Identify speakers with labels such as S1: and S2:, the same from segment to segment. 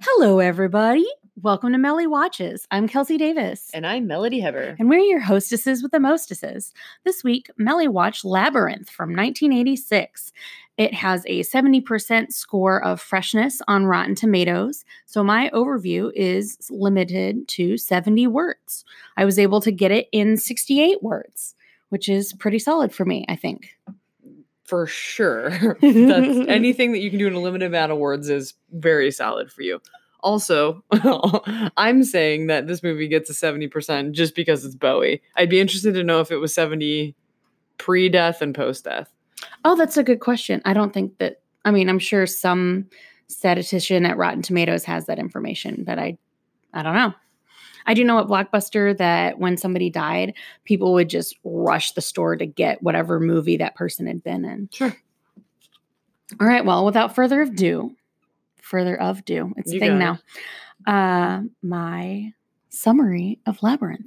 S1: Hello, everybody. Welcome to Melly Watches. I'm Kelsey Davis.
S2: And I'm Melody Heber.
S1: And we're your hostesses with the mostesses. This week, Melly watched Labyrinth from 1986. It has a 70% score of freshness on Rotten Tomatoes. So my overview is limited to 70 words. I was able to get it in 68 words, which is pretty solid for me, I think.
S2: for sure. That's anything that you can do in a limited amount of words is very solid for you. Also, I'm saying that this movie gets a 70% just because it's Bowie. I'd be interested to know if it was 70 pre-death and post-death.
S1: Oh, that's a good question. I don't think that, I mean, I'm sure some statistician at Rotten Tomatoes has that information, but I, I don't know. I do know at Blockbuster that when somebody died, people would just rush the store to get whatever movie that person had been in.
S2: Sure.
S1: All right. Well, without further ado, further of do, it's a
S2: You
S1: thing
S2: got
S1: now.
S2: it.
S1: Uh, my summary of Labyrinth.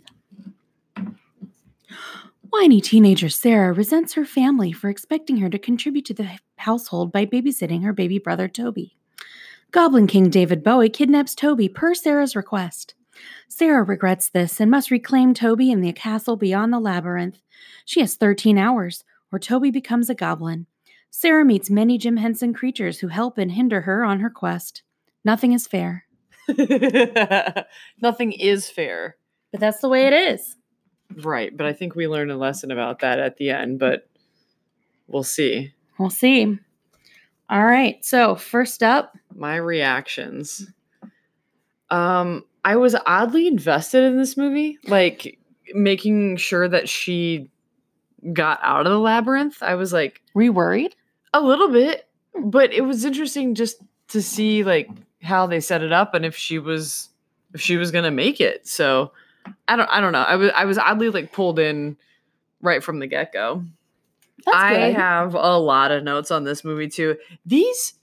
S1: Whiny teenager Sarah resents her family for expecting her to contribute to the h- household by babysitting her baby brother Toby. Goblin King David Bowie kidnaps Toby per Sarah's request. Sarah regrets this and must reclaim Toby in the castle beyond the labyrinth. She has 13 hours, or Toby becomes a goblin. Sarah meets many Jim Henson creatures who help and hinder her on her quest. Nothing is fair.
S2: Nothing is fair.
S1: But that's the way it is.
S2: Right, but I think we learned a lesson about that at the end, but we'll see.
S1: We'll see. All right. So, first up,
S2: my reactions. Um, I was oddly invested in this movie, like making sure that she got out of the labyrinth. I was like
S1: were you worried?
S2: a little bit, but it was interesting just to see like how they set it up and if she was if she was gonna make it. So I don't I don't know. I was I was oddly like pulled in right from the get go. I have a lot of notes on this movie too. These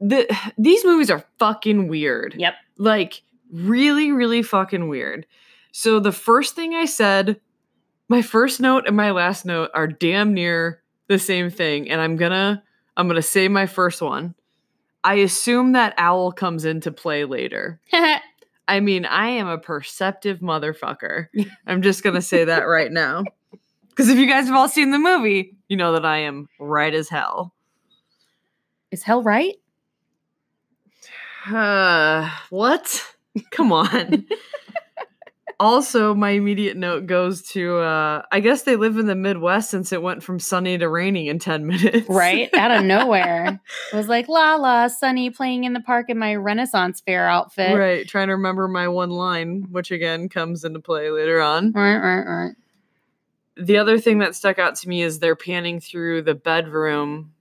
S2: the these movies are fucking weird.
S1: Yep.
S2: Like really really fucking weird. So the first thing I said, my first note and my last note are damn near the same thing and I'm going to I'm going to say my first one. I assume that owl comes into play later. I mean, I am a perceptive motherfucker. I'm just going to say that right now. Because if you guys have all seen the movie, you know that I am right as hell.
S1: is hell right?
S2: Uh, what? Come on. also, my immediate note goes to uh, I guess they live in the Midwest since it went from sunny to raining in 10 minutes.
S1: Right? Out of nowhere. It was like, la la, Sunny playing in the park in my Renaissance fair outfit.
S2: Right. Trying to remember my one line, which again comes into play later on.
S1: Right, right, right.
S2: the other thing that stuck out to me is they're panning through the bedroom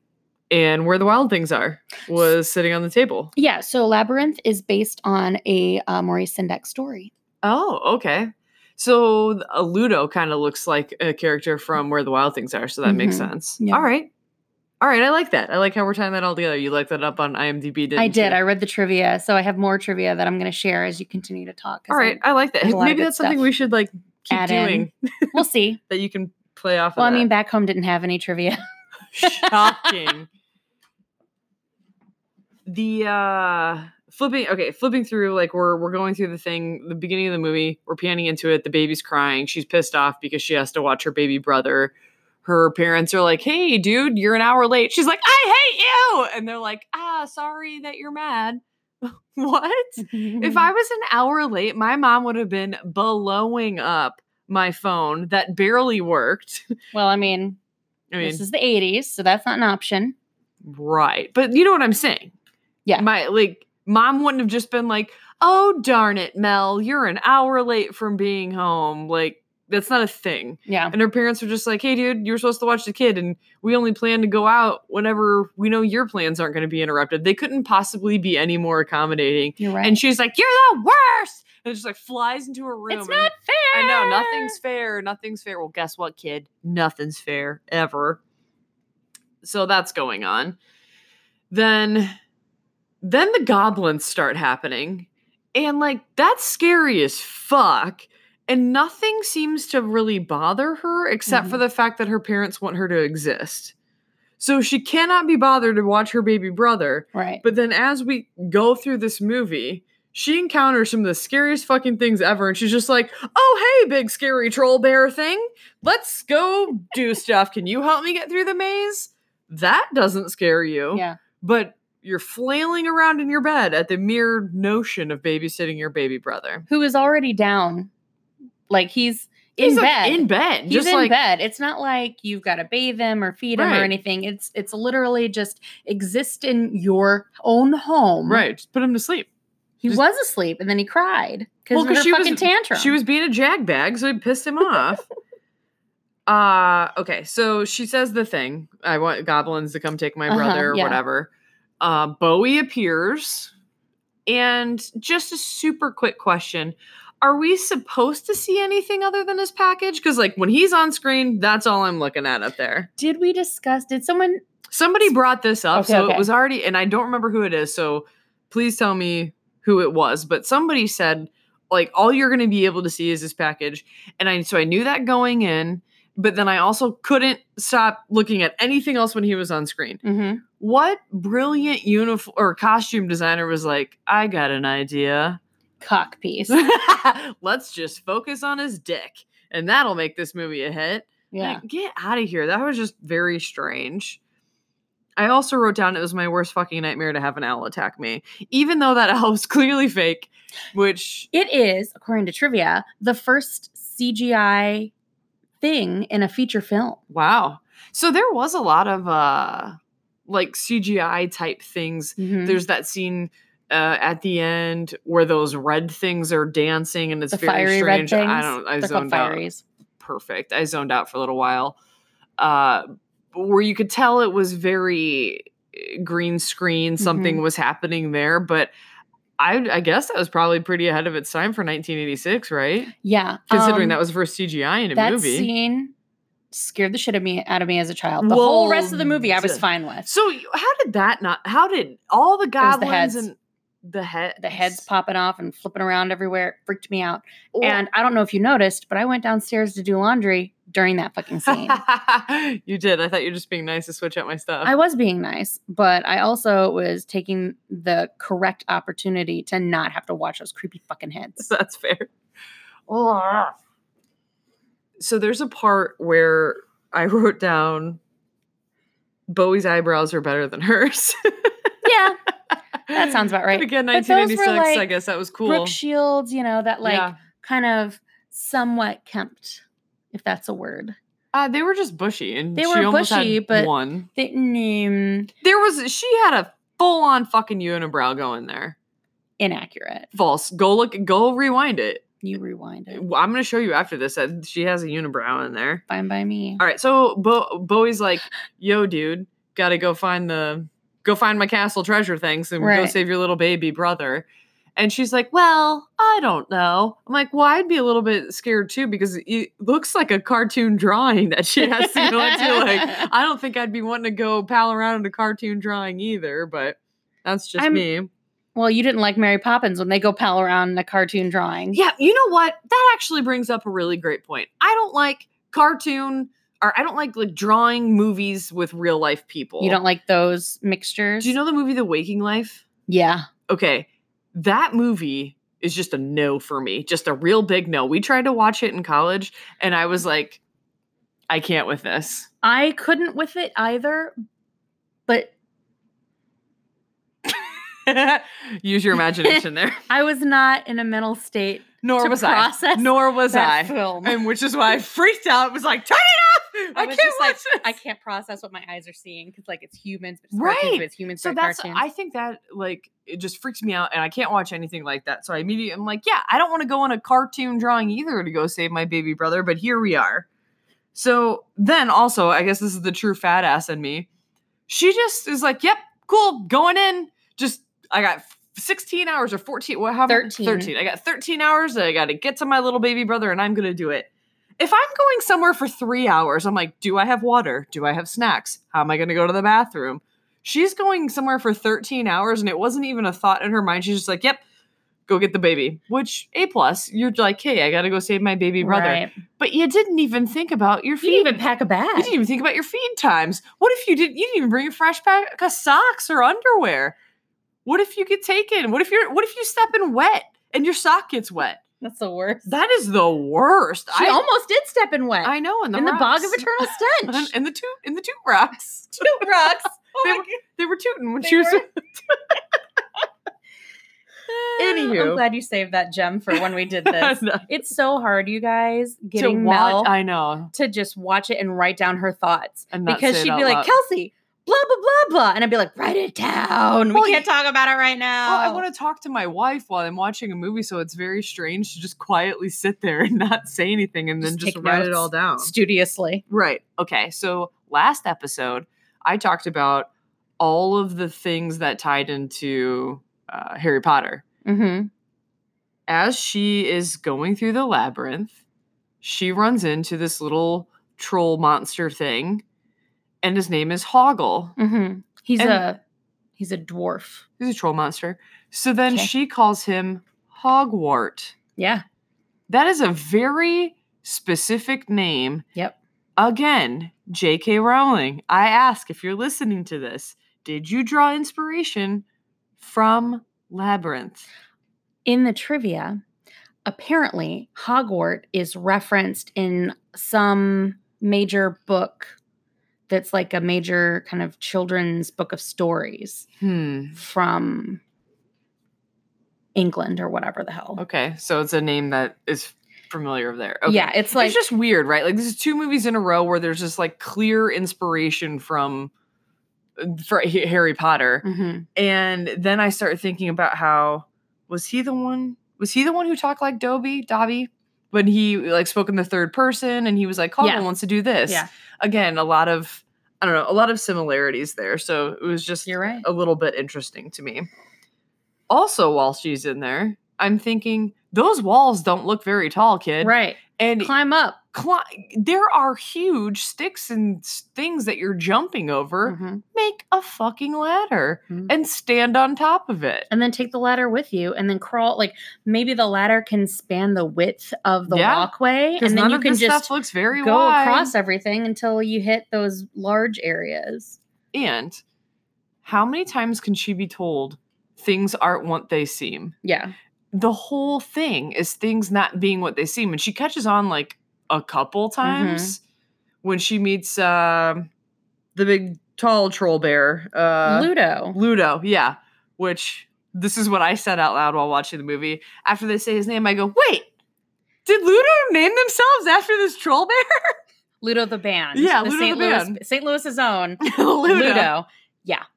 S2: and where the wild things are was sitting on the table.
S1: Yeah. So, Labyrinth is based on a uh, Maurice Sendak story.
S2: Oh, okay. So th- a Ludo kind of looks like a character from Where the Wild Things Are, so that makes
S1: Mhm.
S2: sense.
S1: Yeah.
S2: All right. All right, I like that. I like how we're tying that all together. You liked that up on IMDb, didn't
S1: I did.
S2: you?
S1: I read the trivia. So, I have more trivia that I'm going to share as you continue to talk. 'cause
S2: all right, I like that.
S1: there's a lot of
S2: Maybe
S1: good
S2: that's something
S1: stuff.
S2: we should like keep
S1: Add in.
S2: doing
S1: I- we'll see.
S2: that you can play off
S1: Well, I
S2: of.
S1: mean,
S2: that.
S1: back home didn't have any trivia.
S2: Shocking. the uh flipping okay, flipping through like we're we're going through the thing, the beginning of the movie, we're panning into it, the baby's crying, she's pissed off because she has to watch her baby brother. Her parents are like, "Hey, dude, you're an hour late." She's like, "I hate you." And they're like, "Ah, sorry that you're mad." what? If I was an hour late, my mom would have been blowing up my phone that barely worked.
S1: well, I mean,
S2: I mean,
S1: this is the 80s, so that's not an option.
S2: Right. But you know what I'm saying?
S1: Yeah.
S2: My like mom wouldn't have just been like, "Oh darn it, Mel, you're an hour late from being home." Like that's not a thing.
S1: Yeah.
S2: And her parents were just like, "Hey dude, you were supposed to watch the kid and we only plan to go out whenever we know your plans aren't going to be interrupted." They couldn't possibly be any more accommodating.
S1: You're right.
S2: And she's like, "You're the worst." And it just like flies into her room.
S1: it's
S2: and-
S1: not fair.
S2: I know nothing's fair. Nothing's fair. Well, guess what, kid? Nothing's fair ever. So that's going on. Then, then the goblins start happening, and like that's scary as fuck. And nothing seems to really bother her except for the fact that her parents want her to exist. So she cannot be bothered to watch her baby brother.
S1: Right.
S2: But then as we go through this movie, she encounters some of the scariest fucking things ever, and she's just like, "Oh hey, big scary troll bear thing, let's go do stuff. Can you help me get through the maze?" That doesn't scare you,
S1: yeah.
S2: but you're flailing around in your bed at the mere notion of babysitting your baby brother.
S1: Who is already down. Like he's in
S2: He's, like,
S1: bed.
S2: in bed,
S1: He's
S2: just
S1: in
S2: like
S1: bed. It's not like you've got to bathe him or feed him
S2: Right.
S1: or anything. It's it's literally just exist in your own home.
S2: right, just put him to sleep.
S1: He
S2: Just-
S1: was asleep and then he cried because
S2: Well, 'cause she
S1: she
S2: was-
S1: fucking tantrum.
S2: She was being a jag bag, so it pissed him off. uh okay, so she says the thing. I want goblins to come take my
S1: Uh-huh,
S2: brother or
S1: yeah.
S2: whatever. Uh Bowie appears. And just a super quick question. Are we supposed to see anything other than his package? Because like when he's on screen, that's all I'm looking at up there.
S1: Did we discuss? Did someone?
S2: Somebody brought this up,
S1: Okay,
S2: so
S1: okay.
S2: it was already, and I don't remember who it is, so please tell me who it was. But somebody said, like, all you're going to be able to see is this package. And I, so I knew that going in, but then I also couldn't stop looking at anything else when he was on screen.
S1: Mm-hmm.
S2: What brilliant uniform or costume designer was like, I got an idea.
S1: Cock piece.
S2: Let's just focus on his dick, and that'll make this movie a hit.
S1: Yeah.
S2: Like, get out of here. That was just very strange. I also wrote down it was my worst fucking nightmare to have an owl attack me, even though that owl was clearly fake, which
S1: It is, according to trivia, the first CGI thing in a feature film.
S2: wow. So there was a lot of uh like CGI type things.
S1: Mhm.
S2: There's that scene uh, at the end where those red things are dancing and it's
S1: the
S2: very
S1: fiery red
S2: strange.
S1: things.
S2: I don't I
S1: They're called
S2: zoned out.
S1: fieries.
S2: perfect. I zoned out for a little while, uh, where you could tell it was very eh, green screen. Something
S1: Mm-hmm.
S2: was happening there, but I, I guess that was probably pretty ahead of its time for 1986, right?
S1: Yeah.
S2: Considering
S1: um,
S2: that was the first CGI in a
S1: that
S2: movie.
S1: scene scared the shit out of me out of me as a child. The whole rest of the movie, I was
S2: Well,
S1: fine with.
S2: so you- how did that not? How did all
S1: was
S2: the
S1: the
S2: goblins
S1: heads.
S2: and the head
S1: the heads popping off and flipping around everywhere it freaked me out.
S2: Oh.
S1: And I don't know if you noticed, but I went downstairs to do laundry during that fucking scene.
S2: you did. I thought you were just being nice to switch out my stuff.
S1: I was being nice, but I also was taking the correct opportunity to not have to watch those creepy fucking heads.
S2: That's fair. So there's a part where I wrote down Bowie's eyebrows are better than hers.
S1: yeah, that sounds about right.
S2: But again,
S1: But those were
S2: 1986. I
S1: like
S2: guess that was cool.
S1: Brooke Shields, you know, that like
S2: Yeah.
S1: kind of somewhat kempt, if that's a word.
S2: Uh, they were just bushy, and
S1: They
S2: she
S1: were
S2: almost had
S1: bushy, but-
S2: one.
S1: They, mm,
S2: There was she had a full on fucking unibrow going there.
S1: inaccurate.
S2: False. Go look. Go rewind it.
S1: You rewind it.
S2: I'm gonna show you after this that she has a unibrow in there.
S1: Fine by me.
S2: All right, so Bo- Bowie's like, "Yo, dude, gotta go find the go find my castle treasure things and go
S1: Right.
S2: save your little baby brother." And she's like, "Well, I don't know." I'm like, "Well, I'd be a little bit scared too because it looks like a cartoon drawing that she has to go into." Like, I don't think I'd be wanting to go pal around in a cartoon drawing either, but that's just
S1: I'm-
S2: me.
S1: Well, you didn't like Mary Poppins when they go pal around in a cartoon drawing.
S2: Yeah, you know what? That actually brings up a really great point. I don't like cartoon or I don't like like drawing movies with real life people.
S1: You don't like those mixtures?
S2: Do you know the movie The Waking Life?
S1: Yeah.
S2: Okay, that movie is just a no for me, just a real big no. We tried to watch it in college, and I was like, I can't with this.
S1: I couldn't with it either, but
S2: Use your imagination there.
S1: I was not in a mental state
S2: Nor
S1: to
S2: was I.
S1: process
S2: Nor was
S1: that
S2: I.
S1: film.
S2: And which is why I freaked out. Was like, turn it off. I,
S1: was
S2: can't
S1: just
S2: watch
S1: like,
S2: it.
S1: I can't process what my eyes are seeing because, like, it's humans, but it's
S2: Right.
S1: cartoons, but it's humans,
S2: so
S1: but
S2: that's
S1: cartoons.
S2: i think that like it just freaks me out and i can't watch anything like that so i immediately i'm like yeah i don't want to go on a cartoon drawing either to go save my baby brother but here we are so then also i guess this is the true fat ass in me she just is like yep cool going in just i got 16 hours or 14 what happened
S1: 13.
S2: 13 i got 13 hours i got to get to my little baby brother and i'm gonna do it if I'm going somewhere for three hours, I'm like, do I have water? Do I have snacks? How am I going to go to the bathroom? She's going somewhere for 13 hours and it wasn't even a thought in her mind. She's just like, yep, go get the baby. Which A plus, you're like, hey, I gotta go save my baby brother.
S1: Right.
S2: But you didn't even think about your
S1: You
S2: feed.
S1: didn't even pack a
S2: You
S1: bag.
S2: didn't even think about your feed times. What if you didn't? You didn't even bring a fresh pack of socks or underwear. What if you get taken? What if you're? What if you step in wet and your sock gets wet?
S1: That's the worst.
S2: That is the worst.
S1: She
S2: I
S1: almost did step in wet
S2: I know. In the
S1: in the bog of
S2: rocks.
S1: eternal
S2: And-
S1: stench.
S2: and the toot in the toot rocks.
S1: Two rocks. Oh
S2: They
S1: my
S2: were-
S1: God.
S2: They were tooting when
S1: They
S2: she was.
S1: were.
S2: Anywho.
S1: I'm glad you saved that gem for when we did this. it's so hard, you guys, getting
S2: to watch-
S1: Mel
S2: I know.
S1: to just watch it and write down her thoughts
S2: And not
S1: because
S2: say it
S1: she'd
S2: out
S1: be like,
S2: loud.
S1: Kelsey, blah blah blah blah, and I'd be like, write it down.
S2: Well,
S1: we can't talk about it right
S2: Well,
S1: now.
S2: "Oh, I want to talk to my wife while I'm watching a movie, so it's very strange to just quietly sit there and not say anything and then
S1: Just
S2: just
S1: take
S2: write it
S1: notes.
S2: all down.
S1: studiously.
S2: Right. Okay. So last episode, I talked about all of the things that tied into uh, Harry Potter.
S1: Mm-hmm.
S2: As she is going through the labyrinth, she runs into this little troll monster thing, and his name is Hoggle.
S1: Mm-hmm. He's
S2: And-
S1: a he's a dwarf.
S2: He's a troll monster. So then
S1: Okay.
S2: she calls him Hogwart.
S1: Yeah.
S2: That is a very specific name.
S1: Yep.
S2: Again, J.K. Rowling, I ask if you're listening to this, did you draw inspiration from Labyrinth?
S1: In the trivia, apparently Hogwart is referenced in some major book that's like a major kind of children's book of stories
S2: Hmm.
S1: from England or whatever the hell.
S2: Okay. So it's a name that is familiar there. Okay.
S1: Yeah, it's like
S2: it's just weird, right? Like this is two movies in a row where there's just like clear inspiration from, uh, for Harry Potter.
S1: Mhm.
S2: And then I started thinking about how was he the one? Was he the one who talked like Dobby? Dobby? When he like spoke in the third person and he was like, Hoggle
S1: Yeah.
S2: wants to do this.
S1: Yeah.
S2: Again, a lot of I don't know, a lot of similarities there. So it was just
S1: you're right.
S2: a little bit interesting to me. Also, while she's in there, I'm thinking those walls don't look very tall, kid.
S1: Right.
S2: And
S1: Climb up.
S2: cli- there are huge sticks and s- things that you're jumping over.
S1: Mhm.
S2: Make a fucking ladder
S1: Mhm.
S2: and stand on top of it.
S1: and then take the ladder with you and then crawl like maybe the ladder can span the width of the
S2: Yeah,
S1: walkway
S2: Because
S1: and
S2: none
S1: then you
S2: of
S1: can
S2: this
S1: just
S2: stuff looks very
S1: go
S2: wide.
S1: across everything until you hit those large areas
S2: And how many times can she be told things aren't what they seem?
S1: yeah
S2: The whole thing is things not being what they seem, and she catches on like a couple
S1: Mm-hmm.
S2: times when she meets um the big tall troll bear, uh,
S1: ludo
S2: Ludo, yeah. Which this is what I said out loud while watching the movie. After they say his name, I go, "Wait, did Ludo name themselves after this troll bear?"
S1: ludo the band
S2: Yeah, Ludo
S1: st.
S2: the
S1: louis
S2: band.
S1: st louis's own ludo.
S2: Ludo.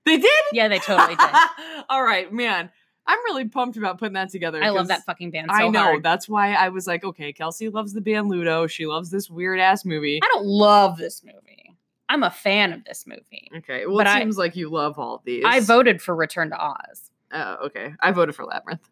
S2: They did.
S1: yeah they totally did
S2: All right, man. I'm really pumped about putting that together.
S1: i love
S2: 'cause
S1: that fucking band so
S2: I know.
S1: hard.
S2: That's why I was like, okay, Kelsey loves the band Ludo. She loves this weird ass movie.
S1: i don't love this movie i'm a fan of this movie
S2: Okay. Well,
S1: But
S2: it
S1: I-
S2: seems like you love all these.
S1: i voted for return to oz
S2: Oh, okay. I voted for Labyrinth.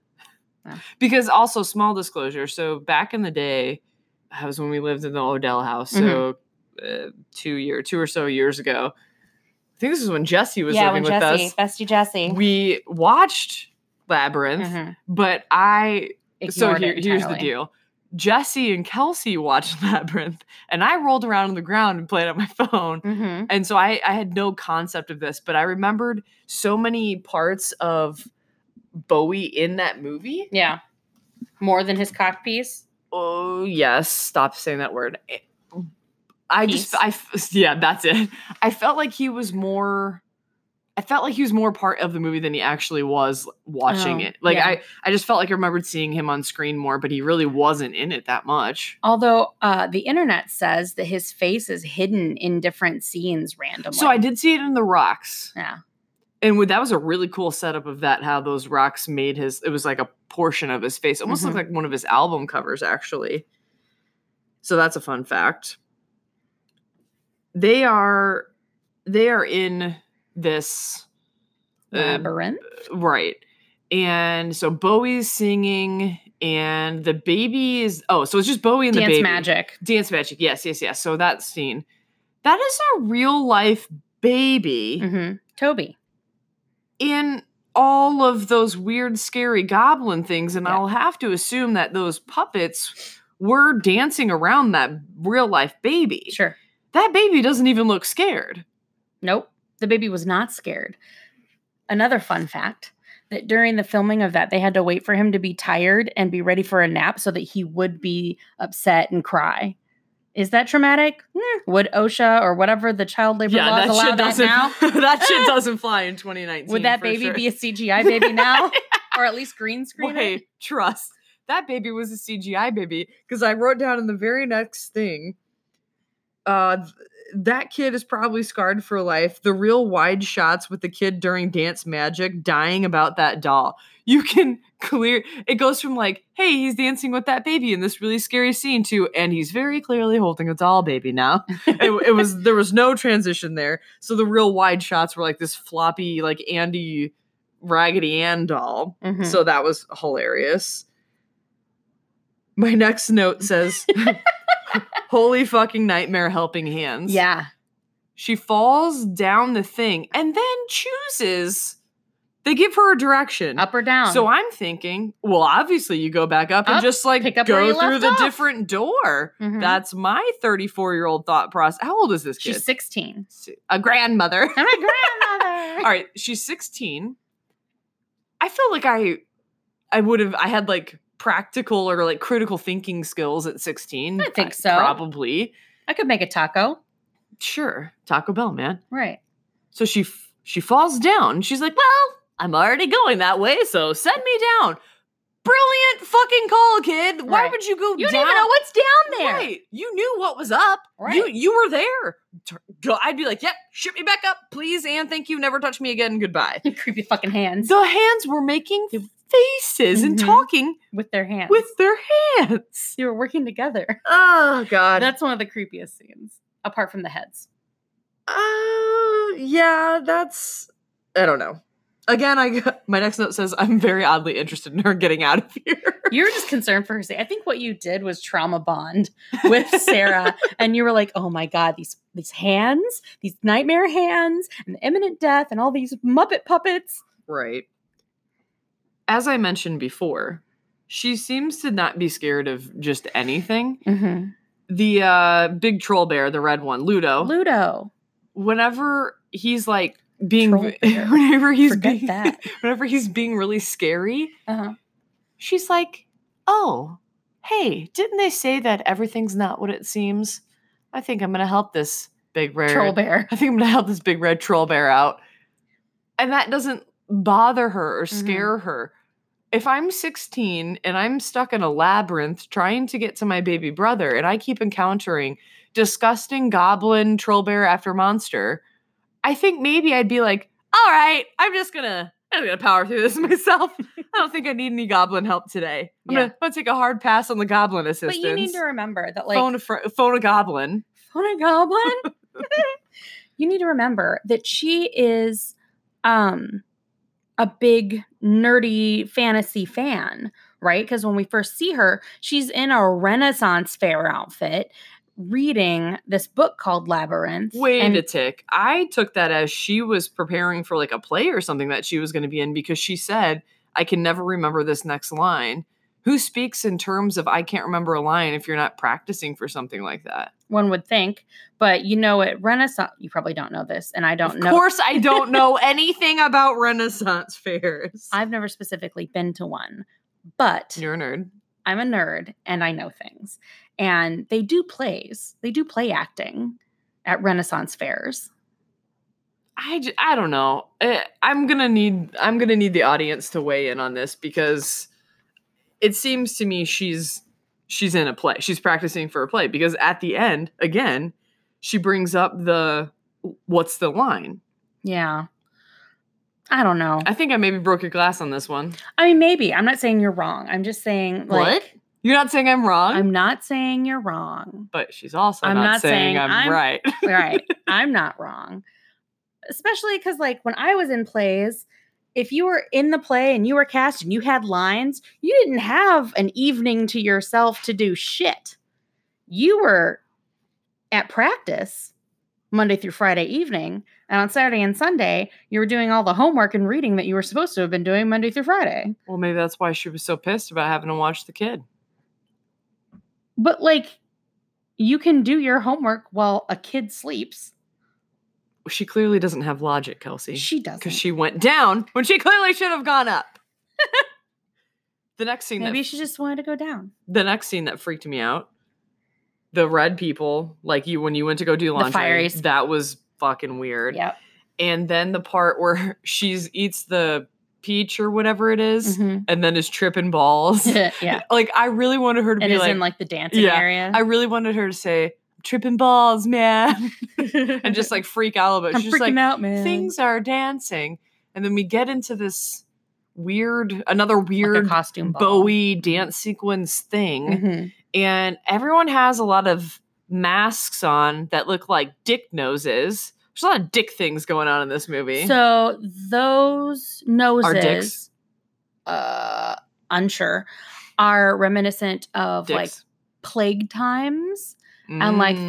S1: Oh.
S2: Because also, small disclosure. So, back in the day, that was when we lived in the Odell house. So,
S1: Mm-hmm.
S2: uh, two year, two or so years ago. I think this is when Jesse was living with us.
S1: bestie jesse
S2: We watched Labyrinth,
S1: Mhm.
S2: but I so
S1: Ignored it
S2: here- here's the
S1: entirely.
S2: deal jesse and kelsey watched labyrinth and i rolled around on the ground and played on my phone
S1: Mhm.
S2: and so I, I had no concept of this but i remembered so many parts of bowie in that movie
S1: Yeah. More than his cock piece.
S2: oh yes stop saying that word Eh, i just
S1: Peace.
S2: i f- yeah that's it i felt like he was more i felt like he was more part of the movie than he actually was watching
S1: Oh,
S2: it like
S1: yeah.
S2: i i just felt like i remembered seeing him on screen more but he really wasn't in it that much
S1: Although uh, the internet says that his face is hidden in different scenes randomly.
S2: So I did see it in the rocks,
S1: Yeah.
S2: and with, that was a really cool setup of that. How those rocks made his it was like a portion of his face, almost looked
S1: Mm-hmm.
S2: like one of his album covers, actually. So that's a fun fact. They are, they are in this uh,
S1: Labyrinth.
S2: right, and so Bowie's singing, and the baby is oh, so it's just Bowie and the
S1: Dance
S2: baby.
S1: magic.
S2: Dance Magic. Yes, yes, yes. So that scene. That
S1: Mm-hmm.
S2: Mm-hmm. is a real life baby
S1: hmm Toby.
S2: in all of those weird, scary goblin things, and
S1: Yeah.
S2: I'll have to assume that those puppets were dancing around that real life baby.
S1: Sure.
S2: That baby doesn't even look scared.
S1: Nope. The baby was not scared. Another fun fact that during the filming of that, they had to wait for him to be tired and be ready for a nap so that he would be upset and cry. Is that traumatic? Nah. Would OSHA or whatever the child labor laws allow that
S2: doesn't.
S1: now?
S2: that shit doesn't fly in 2019.
S1: Would that
S2: for
S1: baby
S2: sure.
S1: be a CGI baby now? or at least green screen? it?
S2: Wait, trust. That baby was a CGI baby because I wrote down in the very next thing. Uh, th- that kid is probably scarred for life. The real wide shots with the kid during Dance Magic dying about that doll. You can clear it goes from like, hey, he's dancing with that baby in this really scary scene to, and he's very clearly holding a doll baby now. it, it was there was no transition there. So the real wide shots were like this floppy, like Andy Raggedy Ann doll.
S1: Mhm.
S2: So that was hilarious. My next note says, Holy fucking nightmare helping hands.
S1: yeah.
S2: She falls down the thing and then chooses. They give her a direction.
S1: Up or down?
S2: So I'm thinking, well, obviously you go back up,
S1: Up,
S2: and just like
S1: pick up where you
S2: go through
S1: left
S2: the
S1: off.
S2: different door.
S1: Mhm.
S2: That's my 34 year old thought process. How old is this kid?
S1: She's 16.
S2: a grandmother.
S1: I'm a grandmother.
S2: All right, she's 16. I feel like I I would have I had like practical or like critical thinking skills at 16.
S1: I think so.
S2: Probably.
S1: I could make a taco.
S2: Sure. Taco Bell, man.
S1: Right.
S2: So she f- she falls down. She's like, "Well, I'm already going that way, so send me down." Brilliant fucking call, kid. Why
S1: Right.
S2: would you go
S1: You
S2: down?
S1: don't even know what's down there.
S2: Right. You knew what was up. You you were there. Tur- Go. I'd be like, "Yep, ship me back up, please, and thank you. Never touch me again. Goodbye."
S1: creepy fucking hands
S2: The hands were making faces and
S1: Mhm.
S2: talking
S1: with their hands.
S2: with their hands.
S1: they were working together.
S2: Oh God.
S1: That's one of the creepiest scenes, apart from the heads.
S2: uh, yeah, that's. I don't know. Again, I got, my next note says I'm very oddly interested in her getting out of here.
S1: You were just concerned for her safety. I think what you did was trauma bond with Sarah, and you were like, "Oh my god, these these hands, these nightmare hands, and imminent death, and all these Muppet puppets."
S2: Right. As I mentioned before, she seems to not be scared of just anything.
S1: Mm-hmm.
S2: The uh, big troll bear, the red one, Ludo.
S1: Ludo,
S2: whenever he's like being
S1: Troll bear.
S2: whenever he's
S1: forget
S2: being
S1: that.
S2: whenever he's being really scary,
S1: Uh-huh.
S2: she's like, "Oh, hey, didn't they say that everything's not what it seems? I think I'm going to help this big red
S1: Troll bear.
S2: I think I'm going to help this big red troll bear out." And that doesn't bother her or
S1: Mhm.
S2: scare her. If I'm 16 and I'm stuck in a labyrinth trying to get to my baby brother and I keep encountering disgusting goblin troll bear after monster, I think maybe I'd be like, all right, I'm just gonna I'm gonna power through this myself. I don't think I need any goblin help today. I'm,
S1: Yeah.
S2: gonna, I'm gonna take a hard pass on the goblin
S1: But
S2: assistance.
S1: you need to remember that, like,
S2: phone a fr- phone a goblin.
S1: Phone a goblin. you need to remember that she is um a big nerdy fantasy fan, right? Because when we first see her, she's in a Renaissance fair outfit reading this book called Labyrinth.
S2: Wait
S1: and
S2: a tick. I took that as she was preparing for like a play or something that she was gonna be in because she said, I can never remember this next line. Who speaks in terms of I can't remember a line if you're not practicing for something like that?
S1: one would think, but you know at Renaissance you probably don't know this, and I don't
S2: of
S1: know
S2: course, I don't know anything about Renaissance fairs.
S1: I've never specifically been to one, but
S2: You're a nerd.
S1: I'm a nerd and I know things. And they do plays, they do play acting at Renaissance fairs.
S2: I, j- I don't know. Eh, I'm gonna need I'm gonna need the audience to weigh in on this because it seems to me she's she's in a play. She's practicing for a play because at the end, again, she brings up the what's the line.
S1: Yeah. I don't know.
S2: I think I maybe broke your glass on this one.
S1: I mean, maybe. I'm not saying you're wrong. I'm just saying, like,
S2: You're not saying I'm wrong,
S1: I'm not saying you're wrong.
S2: but she's also
S1: I'm
S2: not,
S1: not
S2: saying,
S1: saying
S2: I'm,
S1: I'm-
S2: right.
S1: Right. I'm not wrong. Especially because, like, when I was in plays, if you were in the play and you were cast and you had lines, you didn't have an evening to yourself to do shit. You were at practice Monday through Friday evening And on Saturday and Sunday, you were doing all the homework and reading that you were supposed to have been doing Monday through Friday.
S2: Well, maybe that's why she was so pissed about having to watch the kid.
S1: But like, you can do your homework while a kid sleeps.
S2: She clearly doesn't have logic, Kelsey,
S1: She doesn't.
S2: because she went down when she clearly should have gone up. the next scene that
S1: Maybe she just wanted to go down.
S2: the next scene that freaked me out the red people like you when you went to go do laundry
S1: fieries.
S2: that was fucking weird
S1: Yep.
S2: and then the part where she's eats the peach or whatever it is,
S1: Mhm.
S2: and then is tripping balls
S1: yeah.
S2: like i really wanted her to
S1: It
S2: be
S1: is
S2: like,
S1: in like the dancing
S2: Yeah,
S1: area.
S2: i really wanted her to say tripping balls man and just like freak out about it
S1: I'm
S2: she's
S1: freaking
S2: just like
S1: out, man.
S2: things are dancing and then we get into this weird another
S1: Like a
S2: weird
S1: costume ball.
S2: bowie dance sequence thing
S1: Mhm.
S2: and everyone has a lot of masks on that look like dick noses. There's a lot of dick things going on in this movie.
S1: So those noses
S2: dicks?
S1: uh unsure are reminiscent of like
S2: Dicks.
S1: plague times. and, like, the-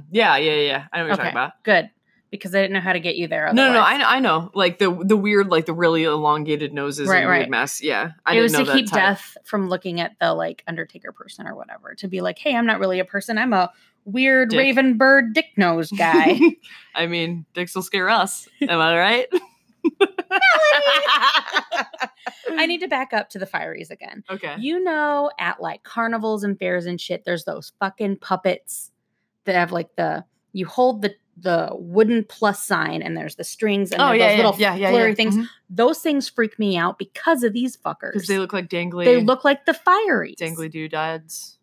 S2: Mm. yeah, yeah, yeah. I know what you're
S1: Okay.
S2: talking about.
S1: Good. Because I didn't know how to get you there.
S2: No, no, no,
S1: otherwise.
S2: I know, I know. Like the the weird, like the really elongated noses
S1: Right,
S2: and weird
S1: right.
S2: masks. Yeah, I
S1: it
S2: didn't
S1: was
S2: know
S1: to
S2: that
S1: keep
S2: type.
S1: death from looking at the like Undertaker person or whatever to be like, hey, I'm not really a person. I'm a weird
S2: Dick.
S1: raven bird dick nose guy.
S2: I mean, dicks will scare us. Am I right?
S1: I need to back up to the fireys again.
S2: okay.
S1: You know, at like carnivals and fairs and shit, there's those fucking puppets that have like the you hold the the wooden plus sign and there's the strings and
S2: oh
S1: they're
S2: yeah, yeah,
S1: those little
S2: yeah, yeah, Mm-hmm.
S1: flurry
S2: yeah.
S1: things. Those things freak me out because of these fuckers.
S2: because they look like dangly.
S1: They look like the fireys.
S2: dangly doodads.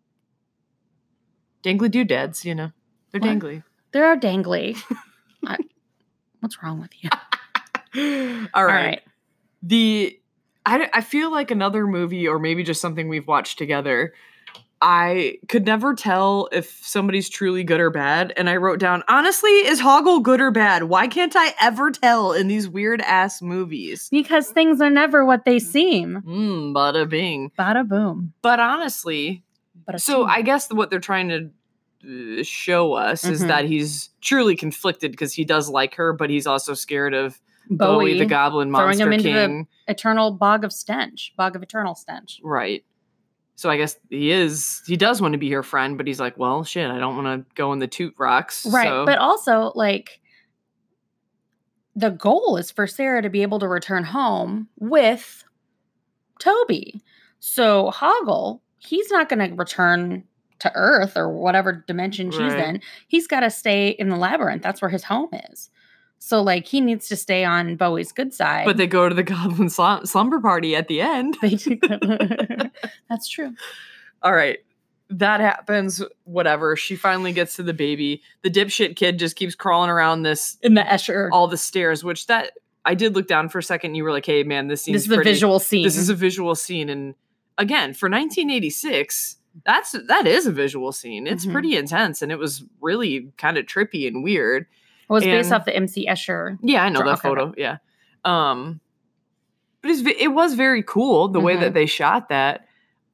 S2: Dangly doodads, you know. They're
S1: What?
S2: dangly.
S1: There are dangly. I- what's wrong with you?
S2: All
S1: All
S2: right.
S1: right.
S2: The I, d- I feel like another movie or maybe just something we've watched together. I could never tell if somebody's truly good or bad and I wrote down honestly is Hoggle good or bad? Why can't I ever tell in these weird ass movies?
S1: Because things are never what they seem.
S2: Mmm, bada bing.
S1: Bada boom.
S2: But honestly,
S1: Bada
S2: So
S1: boom.
S2: I guess what they're trying to uh, show us is
S1: Mhm.
S2: that he's truly conflicted because he does like her, but he's also scared of Bowie,
S1: Bowie,
S2: the Goblin
S1: throwing
S2: Monster
S1: him into the-
S2: King.
S1: eternal bog of stench, bog of eternal stench.
S2: Right. So I guess he is he does want to be her friend, but he's like, well, shit, I don't want to go in the toot rocks.
S1: Right.
S2: so-
S1: But also, like, the goal is for Sarah to be able to return home with Toby. So Hoggle, he's not going to return to Earth or whatever dimension she's
S2: Right.
S1: in. He's got to stay in the labyrinth. That's where his home is. So, like, he needs to stay on Bowie's good side.
S2: but they go to the Goblin slum- Slumber Party at the end.
S1: they do. That's true.
S2: All right. That happens, whatever. She finally gets to the baby. The dipshit kid just keeps crawling around this
S1: In the Escher.
S2: all the stairs, which that I did look down for a second. And you were like, "Hey, man, this seems
S1: this is a
S2: pretty-
S1: visual scene.
S2: This is a visual scene." And again, for 1986, that's that is a visual scene. It's
S1: Mhm.
S2: pretty intense, and it was really kind of trippy and weird.
S1: it was based
S2: and-
S1: off the MC Escher.
S2: Yeah, I know
S1: Sure,
S2: that
S1: okay,
S2: photo. Yeah, um, but it's, ve- it was very cool the way
S1: Mm-hmm.
S2: that they shot that.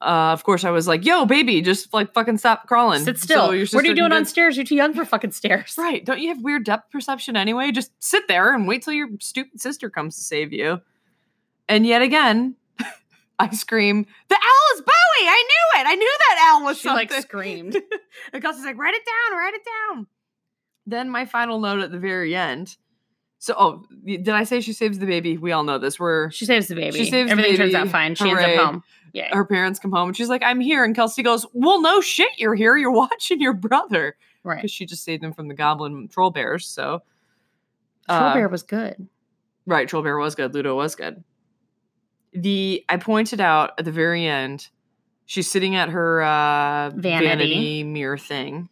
S2: Uh, of course, I was like, "Yo, baby, just like fucking stop crawling.
S1: Sit
S2: So
S1: still.
S2: your
S1: what are
S2: sister
S1: you
S2: can
S1: doing on
S2: dance-
S1: stairs? You're too young for fucking stairs.
S2: Right. Don't you have weird depth perception anyway? Just sit there and wait till your stupid sister comes to save you. And yet again, I scream, The owl is Bowie! I knew it! I knew that owl was
S1: She
S2: something.
S1: like screamed.
S2: and Kelsey's like, write it down, write it down. Then my final note at the very end. So oh, y- did I say she saves the baby? We all know this. We're
S1: She saves the baby.
S2: She saves the
S1: Everything turns out
S2: baby.
S1: fine. She
S2: Hooray.
S1: ends up home. Yeah.
S2: her parents come home and she's like, I'm here. And Kelsey goes, Well, no shit, you're here. You're watching your brother.
S1: Right.
S2: Because she just saved him from the goblin troll bears. So
S1: Troll
S2: uh,
S1: Bear was good.
S2: Right, Troll Bear was good. Ludo was good. The I pointed out at the very end, she's sitting at her uh,
S1: Vanity.
S2: mirror thing,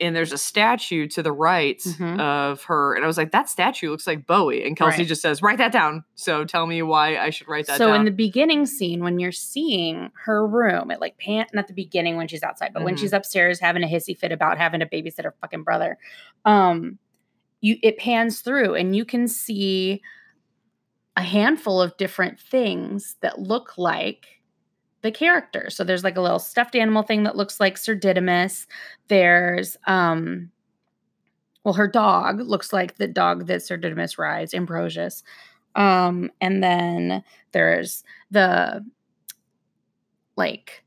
S2: and there's a statue to the right
S1: Mhm.
S2: of her, and I was like, that statue looks like Bowie, and Kelsey
S1: Right.
S2: just says, write that down. So tell me why I should write that
S1: So
S2: down.
S1: in the beginning scene, when you're seeing her room, it like pan not the beginning when she's outside, but when
S2: Mhm.
S1: she's upstairs having a hissy fit about having to babysit her fucking brother, um, you it pans through and you can see a handful of different things that look like the character. So there's like a little stuffed animal thing that looks like Sir Didymus. There's um well, her dog looks like the dog that Sir Didymus rides, Ambrosius. Um, and then there's the like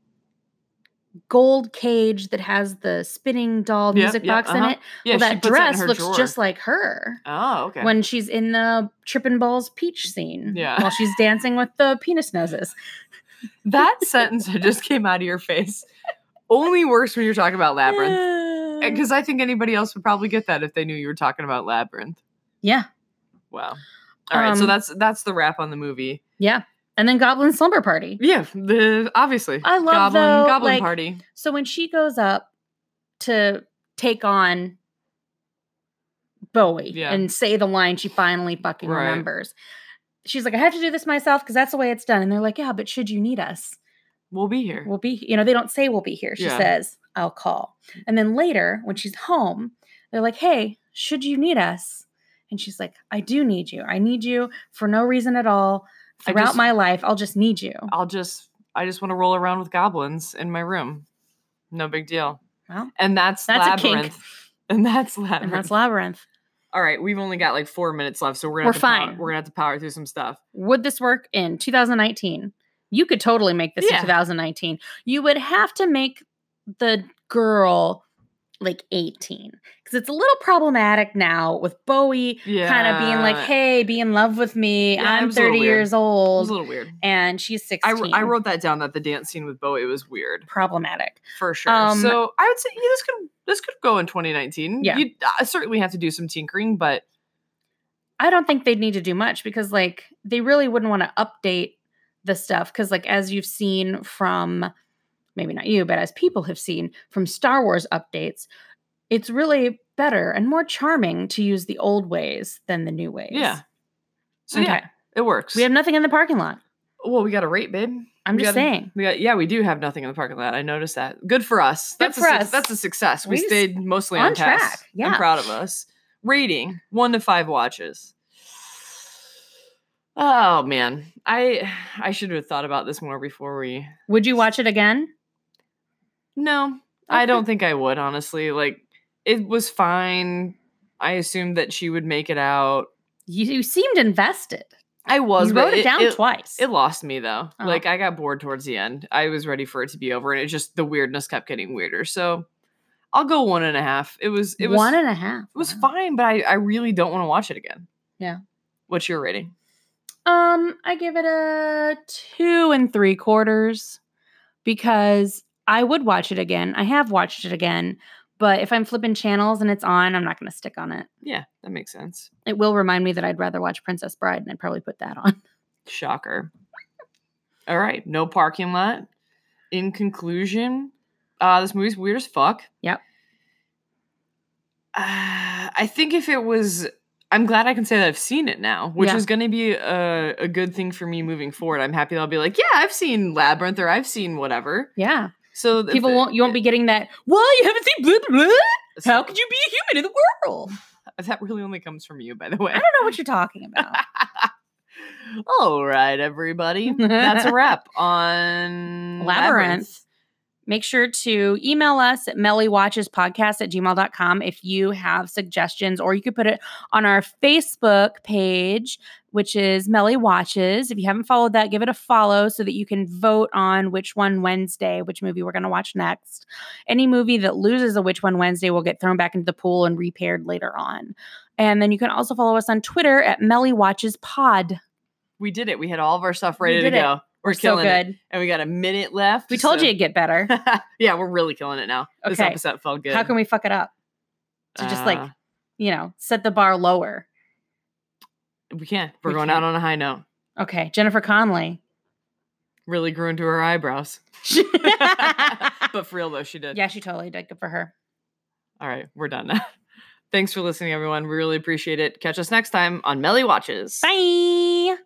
S1: gold cage that has the spinning doll
S2: Yep,
S1: music
S2: yep,
S1: box in
S2: uh-huh.
S1: it.
S2: Yeah,
S1: well, that
S2: she puts it in
S1: dress
S2: her
S1: looks
S2: drawer.
S1: just like her
S2: Oh, okay.
S1: when she's in the Trippin' Balls peach scene.
S2: Yeah.
S1: While she's dancing with the penis noses.
S2: that sentence that just came out of your face only works when you're talking about labyrinth.
S1: Eh,
S2: Eh, Because I think anybody else would probably get that if they knew you were talking about labyrinth.
S1: Yeah.
S2: Wow. All right, so
S1: Um,
S2: that's that's the wrap on the movie.
S1: Yeah. And then Goblin Slumber Party.
S2: Yeah, the obviously.
S1: I love,
S2: Goblin
S1: though,
S2: Goblin
S1: like,
S2: Party.
S1: So when she goes up to take on Bowie
S2: Yeah.
S1: and say the line she finally fucking
S2: Right.
S1: remembers, she's like, I have to do this myself because that's the way it's done. And they're like, Yeah, but should you need us?
S2: We'll be here.
S1: We'll be, you know, they don't say we'll be here. She
S2: Yeah.
S1: says, I'll call. And then later, when she's home, they're like, Hey, should you need us? And she's like, I do need you. I need you for no reason at all.
S2: I
S1: Throughout
S2: just- Uh,
S1: my life, I'll just need you.
S2: I'll just I just want to roll around with goblins in my room. No big deal.
S1: Well,
S2: And that's,
S1: that's a
S2: labyrinth.
S1: kink.
S2: And that's labyrinth.
S1: And that's Labyrinth.
S2: All right, we've only got like four minutes left, so we're gonna
S1: We're
S2: have to pow-
S1: fine.
S2: we're gonna have to power through some stuff.
S1: would this work in 2019? You could totally make this
S2: Yeah.
S1: in 2019. You would have to make the girl like 18 because it's a little problematic now with Bowie
S2: Yeah,
S1: kind of being like, hey, be in love with me.
S2: Yeah, it
S1: I'm
S2: was a little
S1: 30
S2: weird.
S1: years
S2: it was
S1: old
S2: a little weird.
S1: and she's
S2: I,
S1: 16.
S2: wr- I wrote that down that the dance scene with Bowie was weird
S1: problematic.
S2: for sure.
S1: Um,
S2: so I would say yeah, this could this could go in 2019.
S1: Yeah.
S2: you I uh, certainly have to do some tinkering, but
S1: I don't think they'd need to do much because like they really wouldn't want to update the stuff because like as you've seen from maybe not you but as people have seen from Star Wars updates it's really better and more charming to use the old ways than the new ways.
S2: yeah. So
S1: okay.
S2: yeah, it works.
S1: We have nothing in the parking lot.
S2: well, we got a rate, babe.
S1: I'm
S2: We
S1: just
S2: gotta-
S1: saying.
S2: We got yeah, we do have nothing in the parking lot. I noticed that. Good for us.
S1: Good
S2: that's
S1: for
S2: a, suc-
S1: us.
S2: That's a success. We,
S1: We s-
S2: stayed mostly on,
S1: on track,
S2: task. I'm
S1: yeah.
S2: proud of us. Rating one to five watches. Oh man, I I should have thought about this more before we.
S1: Would you watch it again?
S2: No, I
S1: Okay.
S2: don't think I would honestly. Like it was fine. I assumed that she would make it out.
S1: You, you seemed invested.
S2: I was.
S1: you
S2: but
S1: wrote it, down twice.
S2: It lost me though.
S1: Oh.
S2: Like I got bored towards the end. I was ready for it to be over, and it just the weirdness kept getting weirder. So I'll go one and a half. It was it was
S1: One and a half.
S2: it was
S1: Wow.
S2: fine, but I I really don't want to watch it again.
S1: Yeah.
S2: What's your rating?
S1: Um, I give it a two and three quarters because I would watch it again. I have watched it again, but if I'm flipping channels and it's on, I'm not going to stick on it.
S2: Yeah, that makes sense.
S1: It will remind me that I'd rather watch Princess Bride, and I'd probably put that on.
S2: Shocker. All right, no parking lot. In conclusion, uh, this movie's weird as fuck.
S1: Yep.
S2: Uh, I think if it was, I'm glad I can say that I've seen it now, which
S1: Yeah.
S2: is going to be a, a good thing for me moving forward. I'm happy that I'll be like, yeah, I've seen Labyrinth or I've seen whatever.
S1: Yeah,
S2: So th-
S1: people
S2: th-
S1: won't. You won't be getting that. Well, you haven't seen blah blah. blah. How could you be a human in the world?
S2: That really only comes from you, by the way.
S1: I don't know what you're talking about.
S2: All right, everybody. That's a wrap on
S1: Labyrinth. Mm, Make sure to email us at mellywatchespodcast at gmail.com if you have suggestions, or you could put it on our Facebook page, which is Melly Watches. If you haven't followed that, give it a follow so that you can vote on which one Wednesday, which movie we're going to watch next. Any movie that loses a Which One Wednesday will get thrown back into the pool and repaired later on. And then you can also follow us on Twitter at Melly Watches Pod.
S2: We did it. We had all of our stuff
S1: We
S2: ready to
S1: did it.
S2: go. We're,
S1: So
S2: killing it.
S1: good.
S2: And we got a minute left.
S1: We told
S2: so-
S1: you it'd get better.
S2: yeah, we're really killing it now. This
S1: Okay.
S2: episode felt good.
S1: How can we fuck it up? to just, like-
S2: Uh,
S1: you know, set the bar lower.
S2: we can't. We're
S1: we
S2: going out on a high note.
S1: Okay, Jennifer Conley.
S2: Really grew into her eyebrows.
S1: yeah,
S2: But for real though, she did.
S1: she totally did. Good for her.
S2: All right, we're done now. Thanks for listening, everyone. We really appreciate it. Catch us next time on Melly Watches.
S1: Bye.